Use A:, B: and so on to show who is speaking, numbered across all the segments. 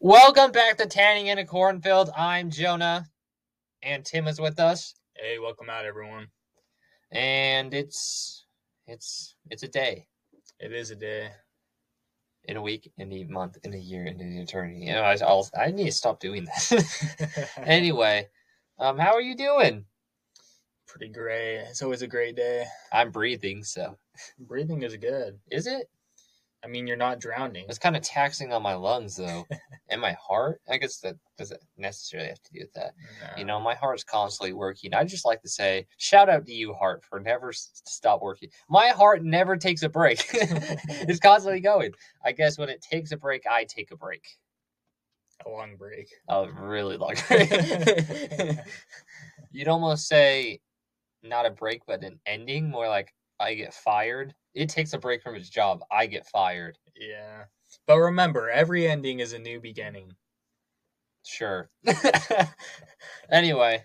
A: Welcome back to Tanning in a Cornfield. I'm Jonah, and Tim is with us,
B: Hey, welcome out, everyone.
A: and it's it's it's a day
B: It is a day.
A: in a week, in a month, in a year, in an eternity. You know, I, I'll, I need to stop doing that. anyway, um, how are you doing?
B: Pretty gray. It's always a great day.
A: I'm breathing, so
B: Breathing is good.
A: is it?
B: I mean, you're not drowning.
A: It's kind of taxing on my lungs though, and my heart. I guess that doesn't necessarily have to do with that. You know, my heart's constantly working. I just like to say, shout out to you, heart, for never s- stop working. My heart never takes a break; it's constantly going. I guess when it takes a break, I take a break.
B: a long break.
A: A really long break. You'd almost say, not a break, but an ending. More like I get fired. It takes a break from its job. I get fired.
B: yeah. But remember, every ending is a new beginning.
A: Sure. anyway,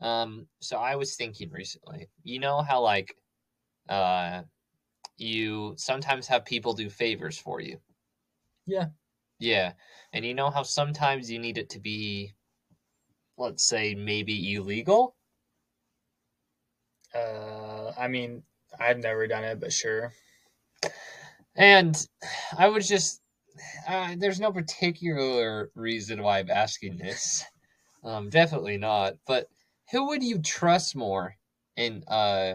A: um, so I was thinking recently, you know how like uh you sometimes have people do favors for you.
B: Yeah.
A: Yeah. And you know how sometimes you need it to be let's say maybe illegal?
B: Uh, I mean, I've never done it, but sure.
A: And I was just, uh, there's no particular reason why I'm asking this. Um, definitely not. But who would you trust more in uh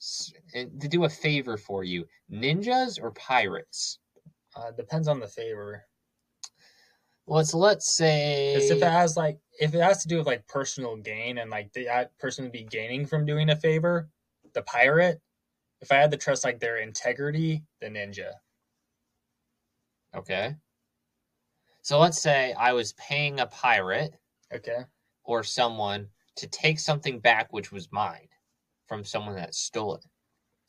A: s- in, to do a favor for you, ninjas or pirates?
B: Uh, depends on the favor.
A: Let's let's say
B: 'Cause if it has like, if it has to do with like personal gain and like the that person would be gaining from doing a favor, the pirate. If I had to trust like their integrity, the ninja.
A: okay. So let's say I was paying a pirate
B: Okay.
A: or someone to take something back which was mine from someone that stole it.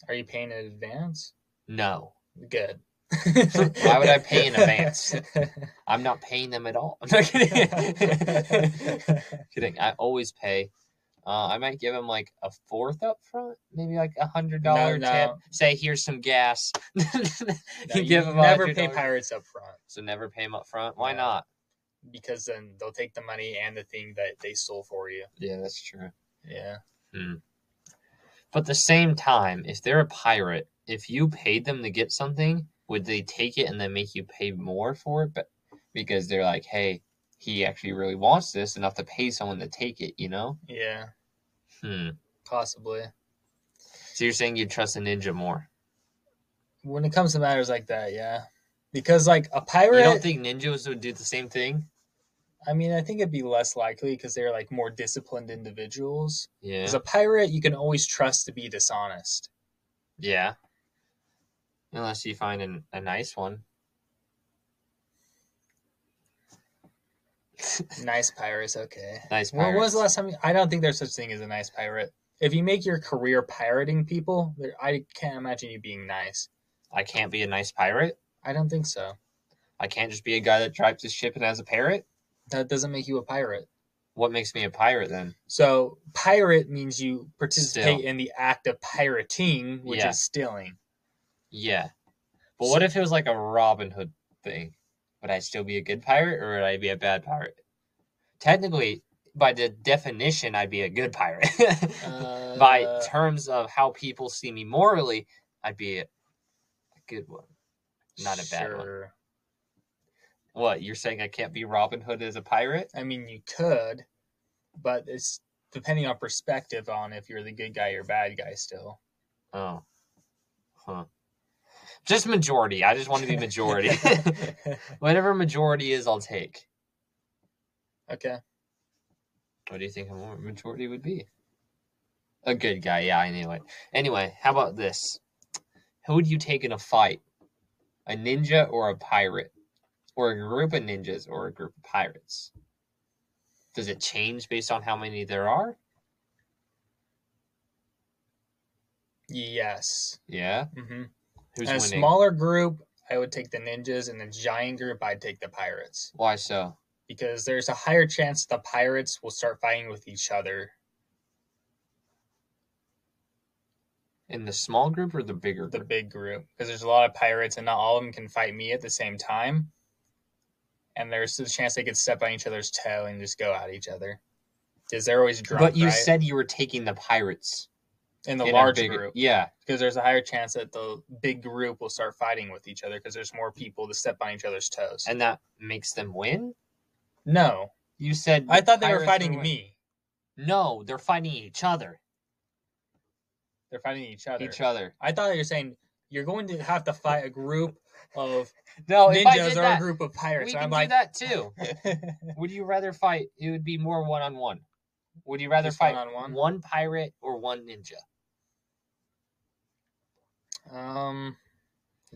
B: Are you paying in advance?
A: No,
B: Good.
A: Why would I pay in advance? I'm not paying them at all. I'm not kidding. kidding. I always pay. Uh, I might give him like a fourth up front, maybe like a hundred
B: No,
A: dollar tip.
B: no.
A: Say, here's some gas. you
B: No, you
A: give 'em a
B: never
A: hundred
B: pay
A: dollars.
B: pirates up front
A: So never pay him up front. Why
B: No.
A: not?
B: because then they'll take the money and the thing that they stole for you.
A: Yeah, that's true.
B: Yeah.
A: But at the same time, if they're a pirate, if you paid them to get something, would they take it and then make you pay more for it? But because they're like, hey, he actually really wants this enough to pay someone to take it. You know?
B: Yeah.
A: Hmm.
B: Possibly.
A: So you're saying you trust a ninja more?
B: When it comes to matters like that, yeah. Because like a pirate,
A: You don't think ninjas would do the same thing?
B: I mean, I think it'd be less likely because they're like more disciplined individuals.
A: Yeah.
B: As a pirate, you can always trust to be dishonest.
A: Yeah. Unless you find an, a nice one.
B: Nice pirates, okay.
A: Nice
B: When
A: pirates.
B: was the last time? You, I don't think there's such thing as a nice pirate. If you make your career pirating people, there- I can't imagine you being nice.
A: I can't be a nice pirate.
B: I don't think so.
A: I can't just be a guy that drives his ship and has a parrot.
B: That doesn't make you a pirate.
A: What makes me a pirate then?
B: So pirate means you participate
A: Steal.
B: in the act of pirating, which
A: Yeah.
B: is stealing.
A: Yeah. But what if it was like a Robin Hood thing? Would I still be a good pirate or would I be a bad pirate? Technically, by the definition, I'd be a good pirate.
B: Uh,
A: by terms of how people see me morally, I'd be a, a good one, not a bad one.
B: sure.
A: What you're saying? I can't be Robin Hood as a pirate?
B: I mean, you could, but it's depending on perspective on if you're the good guy or bad guy. Still,
A: Oh, huh. Just majority. I just want to be majority. Whatever majority is, I'll take.
B: okay,
A: What do you think a mo- majority would be? A good guy. Yeah, I knew it. Anyway, how about this? Who would you take in a fight? A ninja or a pirate? Or a group of ninjas or a group of pirates? Does it change based on how many there are?
B: yes.
A: Yeah.
B: hmm
A: Who's
B: a
A: winning?
B: smaller group, I would take the ninjas, and a giant group, I'd take the pirates
A: Why so?
B: because there's a higher chance the pirates will start fighting with each other.
A: In the small group or the bigger
B: The
A: group?
B: big group because there's a lot of pirates, and not all of them can fight me at the same time. and there's the chance they could step on each other's toe and just go at each other. Because they're always drunk,
A: but you
B: right?
A: said you were taking the pirates
B: in the
A: in a
B: large
A: bigger-
B: group,
A: Yeah,
B: because there's a higher chance that the big group will start fighting with each other because there's more people to step on each other's toes.
A: and that makes them win.
B: no,
A: You said
B: I thought they were
A: pirates
B: fighting
A: win.
B: me.
A: No, they're fighting each other.
B: They're fighting each other.
A: Each other.
B: I thought you were saying you're going to have to fight a group of
A: No, Oh, if I
B: ninjas
A: did
B: or a
A: that,
B: group of pirates.
A: we
B: and
A: can
B: I'm like,
A: do that too. Would you rather fight? It would be more one on one. Would you rather
B: Just
A: fight
B: one-on-one?
A: one pirate or one ninja?
B: um,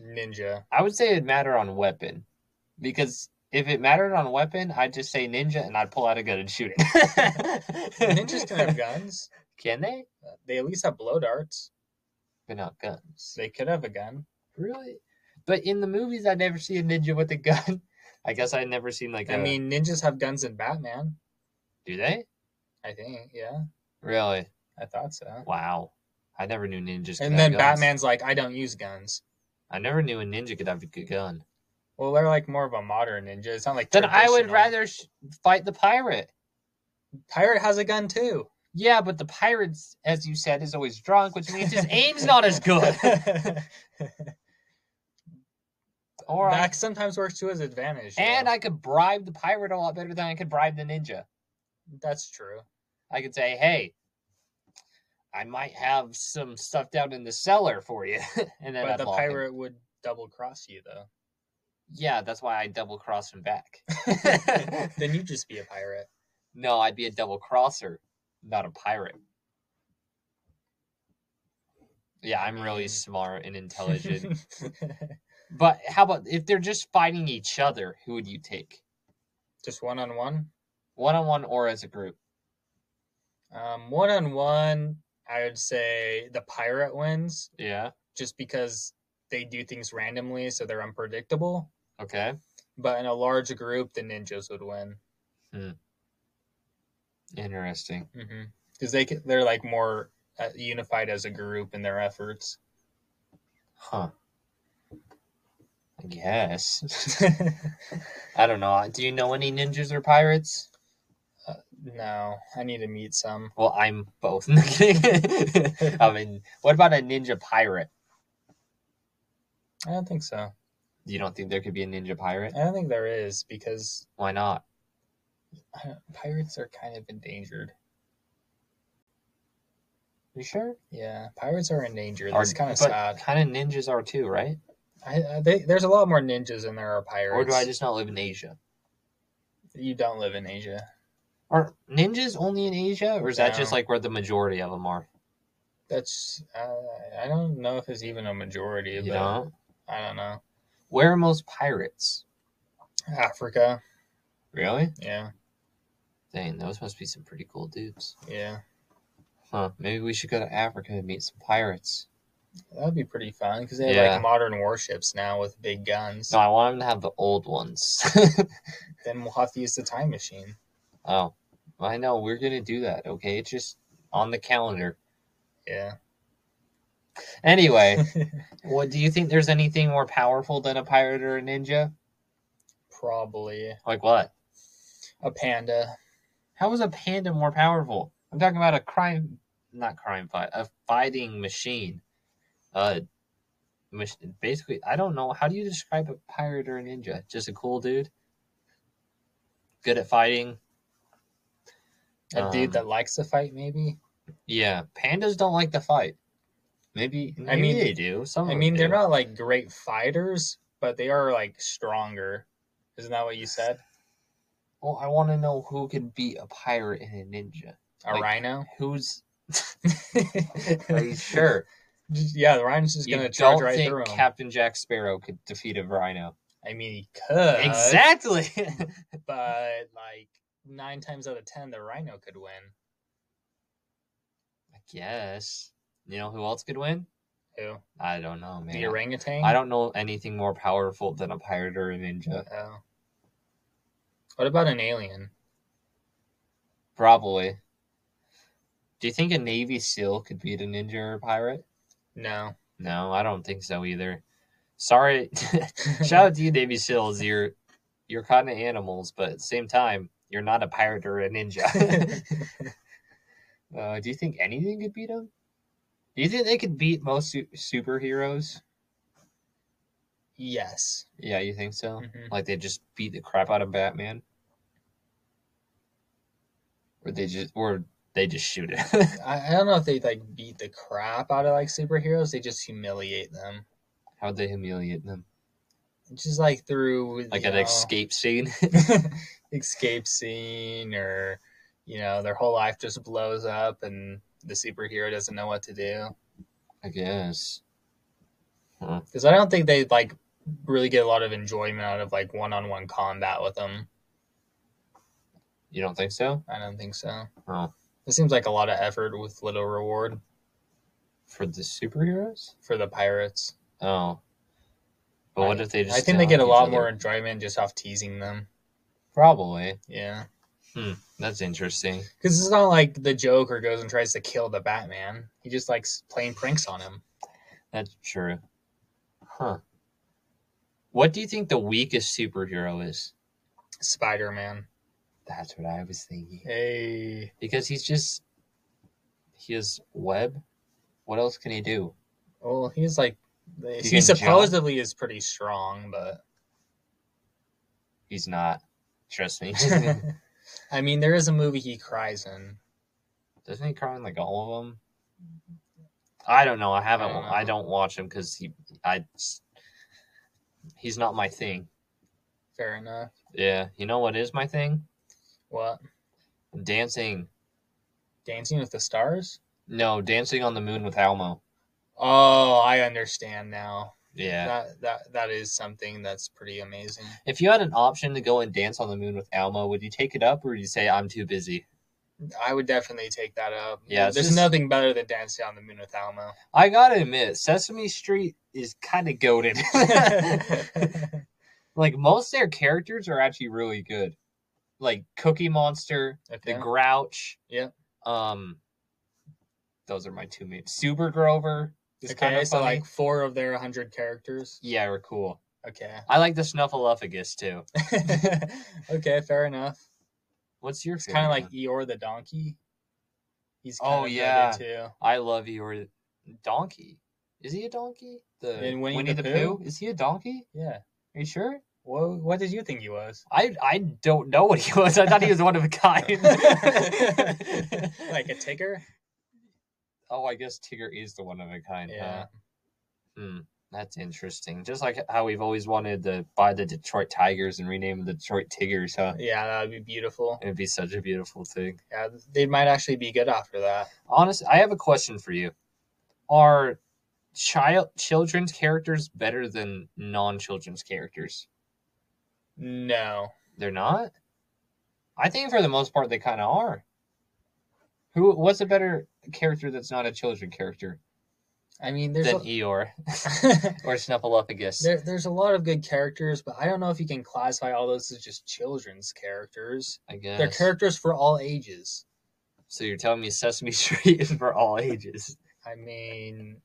B: ninja.
A: I would say it'd matter on weapon, because if it mattered on weapon, I'd just say ninja and I'd pull out a gun and shoot it.
B: Ninjas can have guns. Uh,
A: Can they?
B: They at least have blow darts.
A: But not guns.
B: They could have a gun.
A: Really? But in the movies, I never see a ninja with a gun. I guess I never seen like.
B: I
A: a-
B: mean, ninjas have guns in Batman.
A: do they
B: I think. Yeah,
A: really?
B: I thought so.
A: Wow, I never knew ninjas. could
B: And
A: have
B: then
A: guns.
B: Batman's like, I don't use guns.
A: I never knew a ninja could have a good gun.
B: Well, they're like more of a modern ninja. It's not like
A: Then I would
B: traditional.
A: rather sh- fight the pirate.
B: pirate has a gun too.
A: Yeah, but the pirates, as you said, is always drunk, which means his aim's not as good. All right.
B: That sometimes works to his advantage.
A: And
B: though.
A: I could bribe the pirate a lot better than I could bribe the ninja.
B: that's true.
A: I could say, hey, I might have some stuff down in the cellar for you. and then
B: But
A: I'd
B: the
A: log in.
B: pirate would double cross you though.
A: Yeah, that's why I double cross him back.
B: then you'd just be a pirate.
A: no, I'd be a double crosser, not a pirate. Yeah, I'm really
B: mean-
A: smart and intelligent. but how about if they're just fighting each other, who would you take?
B: just one on one.
A: One on one or as a group?
B: Um, one on one, I would say the pirate wins
A: Yeah.
B: just because they do things randomly, so they're unpredictable.
A: Okay.
B: But in a large group, the ninjas would win
A: Interesting.
B: because Mm-hmm. they c- they're like more uh, unified as a group in their efforts.
A: Huh. I guess. I don't know. Do you know any ninjas or pirates?
B: no, I need to meet some.
A: Well, I'm both. No, kidding. I mean, what about a ninja pirate?
B: I don't think so.
A: You don't think there could be a ninja pirate?
B: I don't think there is because
A: Why not?
B: I don't- pirates are kind of endangered.
A: You sure?
B: Yeah, pirates are endangered.
A: Are-
B: That's kind of
A: but
B: sad.
A: Kind of ninjas are too, right?
B: I, I, they, there's a lot more ninjas than there are pirates.
A: Or do I just not live in Asia?
B: You don't live in Asia.
A: Are ninjas only in Asia, or is that just
B: No.
A: like where the majority of them are?
B: That's uh, I don't know if it's even a majority,
A: You
B: but
A: know,
B: I don't know.
A: where are most pirates?
B: Africa,
A: Really?
B: yeah,
A: Dang, those must be some pretty cool dudes.
B: yeah,
A: Huh? Maybe we should go to Africa and meet some pirates.
B: that'd be pretty fun because they have
A: Yeah.
B: like modern warships now with big guns.
A: No, I want them to have the old ones.
B: Then we'll have to use the time machine.
A: Oh, I know. We're gonna do that. Okay, it's just on the calendar.
B: Yeah,
A: Anyway, what do you think? There's anything more powerful than a pirate or a ninja?
B: probably
A: Like what?
B: a panda.
A: How is a panda more powerful? I'm talking about a crime, not crime fight, a fighting machine. Uh, mach- basically, I don't know. How do you describe a pirate or a ninja? Just a cool dude, good at fighting.
B: A
A: Um,
B: dude that likes to fight, maybe.
A: Yeah, pandas don't like to fight. Maybe,
B: I
A: maybe
B: mean-
A: they do. Some of
B: I
A: them
B: mean, they're
A: do.
B: not like great fighters, but they are like stronger. Isn't that what you said?
A: Well, I want to know who can beat a pirate and a ninja.
B: A
A: Like-
B: rhino?
A: Who's are you sure?
B: Just- yeah, the rhino's just
A: you
B: gonna charge
A: don't
B: right
A: think
B: through him.
A: Captain Jack Sparrow could defeat a rhino?
B: I mean, he could
A: exactly.
B: but like nine times out of ten, the rhino could win.
A: I guess. You know who else could win?
B: Who?
A: I don't know, man.
B: The orangutan.
A: I don't know anything more powerful than a pirate or a ninja.
B: Oh. What about an alien?
A: Probably. Do you think a Navy SEAL could beat a ninja or a pirate?
B: No.
A: No, I don't think so either. Sorry. Shout out to you, Navy SEALs. You're you're kind of animals, but at the same time, you're not a pirate or a ninja. uh, do you think anything could beat them? Do you think they could beat most su- superheroes?
B: yes.
A: Yeah, you think so?
B: Mhm.
A: Like they just beat the crap out of Batman? Or they just or they just shoot it.
B: I, I don't know if they like beat the crap out of like superheroes. They just humiliate them,
A: How'd they humiliate them?
B: just like through
A: Like
B: you
A: an
B: know,
A: escape scene?
B: escape scene, or you know their whole life just blows up and the superhero doesn't know what to do.
A: I guess.
B: because I don't think they like really get a lot of enjoyment out of like one on one combat with them.
A: You don't think so?
B: I don't think so.
A: Oh.
B: It seems like a lot of effort with little reward
A: For the superheroes?
B: for the pirates.
A: Oh. But what if they just
B: I think they get a
A: attack each
B: lot
A: other?
B: more enjoyment just off teasing them.
A: Probably.
B: Yeah,
A: That's interesting.
B: because it's not like the Joker goes and tries to kill the Batman. He just likes playing pranks on him.
A: That's true. Huh. What do you think the weakest superhero is?
B: Spider Man.
A: That's what I was thinking.
B: Hey,
A: Because he's just he has web. What else can he do?
B: well, he's like he
A: can
B: supposedly is pretty strong, but
A: He's not. Trust me.
B: I mean, there is a movie he cries in.
A: Doesn't he cry in like all of them? I don't know. I haven't. I
B: don't
A: don't,
B: know.
A: watch him because he. I. He's not my thing.
B: Fair enough.
A: Yeah. You know what is my thing?
B: What?
A: Dancing.
B: Dancing with the Stars?
A: No, Dancing on the Moon with Almo.
B: Oh, I understand now.
A: Yeah.
B: That that that is something that's pretty amazing.
A: If you had an option to go and dance on the moon with Almo, would you take it up or would you say I'm too busy?
B: I would definitely take that up.
A: Yeah, it's
B: there's
A: just-
B: nothing better than dancing on the moon with Alma.
A: I gotta admit, Sesame Street is kind of goaded. like most their characters are actually really good. Like Cookie Monster, the
B: okay.
A: Grouch.
B: Yeah.
A: Um, those are my two main. Super Grover is
B: okay,
A: kind of
B: so
A: funny.
B: like four of their hundred characters.
A: yeah, we're cool.
B: Okay.
A: I like the Snuffleupagus too.
B: okay, fair enough.
A: What's your?
B: It's kind of like
A: one?
B: Eeyore the donkey. He's
A: Oh,
B: kind of
A: yeah.
B: too.
A: I love you or donkey. Is he a donkey? The
B: In
A: Winnie, the, Pooh? Is he a donkey?
B: Yeah.
A: Are you sure?
B: Well, what did you think he was?
A: I I don't know what he was. I thought he was one of a kind.
B: like a ticker?
A: oh, I guess Tigger is the one of a kind.
B: Yeah.
A: huh? Hmm. That's interesting. Just like how we've always wanted to buy the Detroit Tigers and rename the Detroit Tigers, huh?
B: Yeah, that would be beautiful.
A: It'd be such a beautiful thing.
B: Yeah, they might actually be good after that.
A: Honestly, I have a question for you. Are child children's characters better than non-children's characters?
B: No.
A: They're not. I think for the most part they kind of are. Who? What's a better character that's not a children character
B: I mean, there's
A: than
B: a,
A: Eeyore or Snuffleupagus?
B: there, there's a lot of good characters, but I don't know if you can classify all those as just children's characters.
A: I guess.
B: They're characters for all ages.
A: so you're telling me Sesame Street is for all ages,
B: I mean,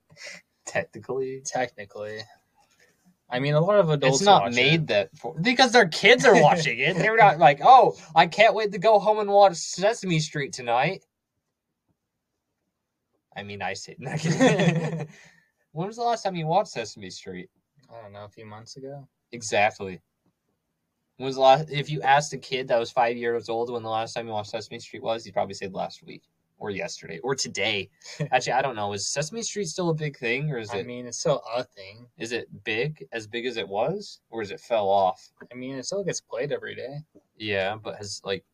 A: technically.
B: technically. I mean, a lot of adults.
A: it's not
B: watch
A: made that for because their kids are watching it. They're not like, oh, I can't wait to go home and watch Sesame Street tonight. I mean, I said. when was the last time you watched Sesame Street?
B: it. I don't know, a few months ago.
A: Exactly. When was the last? If you asked a kid that was five years old when the last time you watched Sesame Street was, he'd probably say last week or yesterday or today. Actually, I don't know. Is Sesame Street still a big thing, or is
B: I
A: it
B: mean, it's still a thing.
A: is it big as big as it was, or is it fell off?
B: I mean, it still gets played every day.
A: Yeah, but has like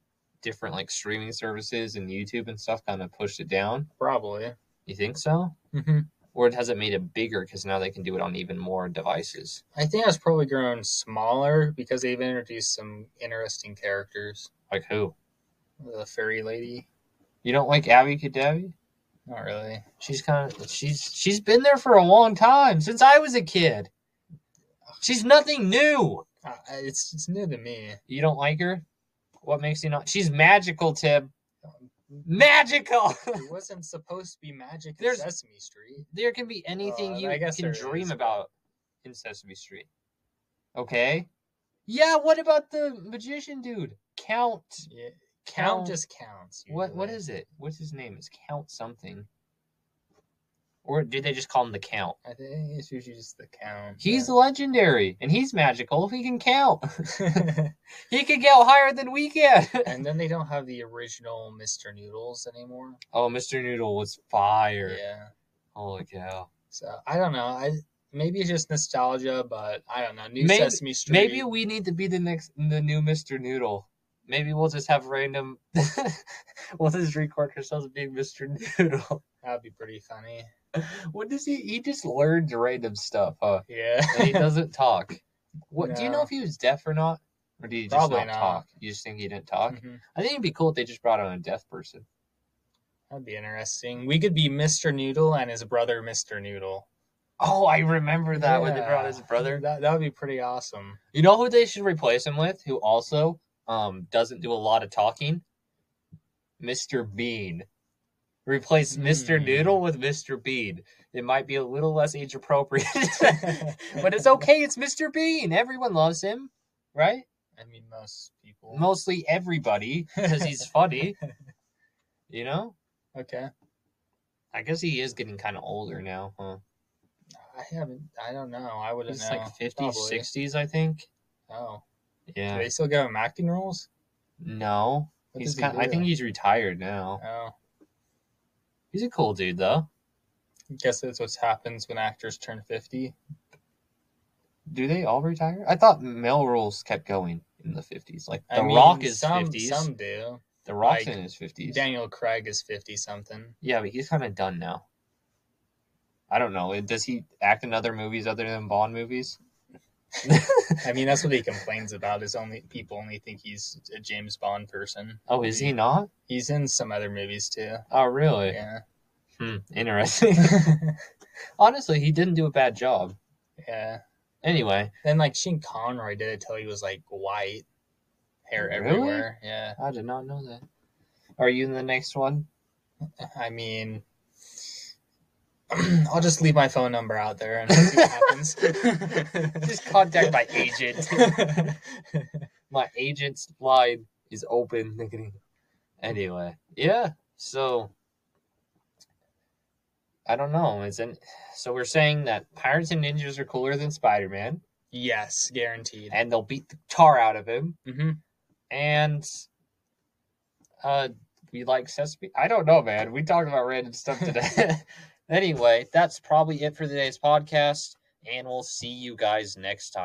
A: different like streaming services and YouTube and stuff kind of pushed it down.
B: Probably.
A: You think so,
B: hmm
A: or has it made it bigger because now they can do it on even more devices?
B: I think it's probably grown smaller because they've introduced some interesting characters.
A: Like who?
B: The fairy lady.
A: You don't like Abby Cadabby?
B: Not really.
A: She's kind of she's she's been there for a long time since I was a kid. She's nothing new.
B: Uh, it's it's new to me.
A: You don't like her? What makes you not? She's magical, Tim. Magical.
B: It wasn't supposed to be magic in
A: There's-
B: Sesame Street.
A: there can be anything
B: Well,
A: you
B: I guess
A: can
B: there
A: dream
B: is, but-
A: about in Sesame Street. Okay, Yeah, what about the magician dude? Count.
B: Yeah, count,
A: Count.
B: just counts.
A: What what
B: usually.
A: is it? What's his name? It's Count something. Or did they just call him the Count?
B: I think it's usually just the count.
A: He's
B: yeah.
A: legendary and he's magical. He can count. He can count higher than we can.
B: and then they don't have the original Mr. Noodles anymore.
A: oh, Mr. Noodle was fire.
B: Yeah.
A: Holy cow.
B: So I don't know. I maybe it's just nostalgia, but I don't know. New
A: Maybe-
B: Sesame Street.
A: Maybe we need to be the next the new Mr. Noodle. Maybe we'll just have random we'll just record ourselves being Mr. Noodle.
B: that'd be pretty funny.
A: What does he he just learns random stuff, huh?
B: Yeah.
A: and he doesn't talk. What do you know
B: No.
A: if he was deaf or not? Or did he just
B: Probably
A: not,
B: not.
A: talk? You just think he didn't talk?
B: Mhm.
A: I think it'd be cool if they just brought on a deaf person.
B: That'd be interesting. We could be Mr. Noodle and his brother, Mr. Noodle.
A: Oh, I remember that when they brought
B: Yeah.
A: his brother.
B: That that would be pretty awesome.
A: You know who they should replace him with? Who also um doesn't do a lot of talking? Mr. Bean. Replace Mr.
B: Hmm.
A: Noodle with Mr. Bean. It might be a little less age appropriate, but it's okay. It's Mr. Bean. Everyone loves him, right?
B: I mean, most people.
A: mostly everybody because he's funny. You know,
B: okay.
A: I guess he is getting kind of older now, huh?
B: I haven't. I don't know. I wouldn't
A: He's
B: know.
A: like 50s,
B: Probably.
A: 60s, I think.
B: Oh, do
A: Yeah.
B: they still give him acting roles?
A: No,
B: What
A: he's
B: does he
A: kind. I
B: do?
A: think he's retired now.
B: Oh,
A: He's a cool dude though.
B: guess that's what happens when actors turn fifty.
A: Do they all retire? I thought Melrose kept going in the 50s. Like
B: I
A: The
B: mean,
A: Rock is
B: some,
A: 50s.
B: Some do.
A: the Rock's
B: like,
A: in his 50s.
B: Daniel Craig is fifty something.
A: Yeah, but he's kind of done now. I don't know. Does he act in other movies other than Bond movies?
B: I mean, that's what he complains about. Is only people only think he's a James Bond person.
A: Oh, is he not?
B: He's in some other movies too.
A: Oh, really?
B: Yeah.
A: Hmm, interesting. Honestly, he didn't do a bad job.
B: yeah.
A: Anyway,
B: Then like Shane Conroy did it till he was like white, hair
A: Really?
B: everywhere. Yeah.
A: I did not know that. Are you in the next one?
B: I mean, I'll just leave my phone number out there and see what happens.
A: Just contact my agent. My agent's line is open. anyway, yeah. So I don't know. Is it, so we're saying that pirates and ninjas are cooler than Spider Man,
B: yes, guaranteed.
A: and they'll beat the tar out of him.
B: hmm
A: and uh we like sesame i don't know man we talked about random stuff today anyway that's probably it for today's podcast and we'll see you guys next time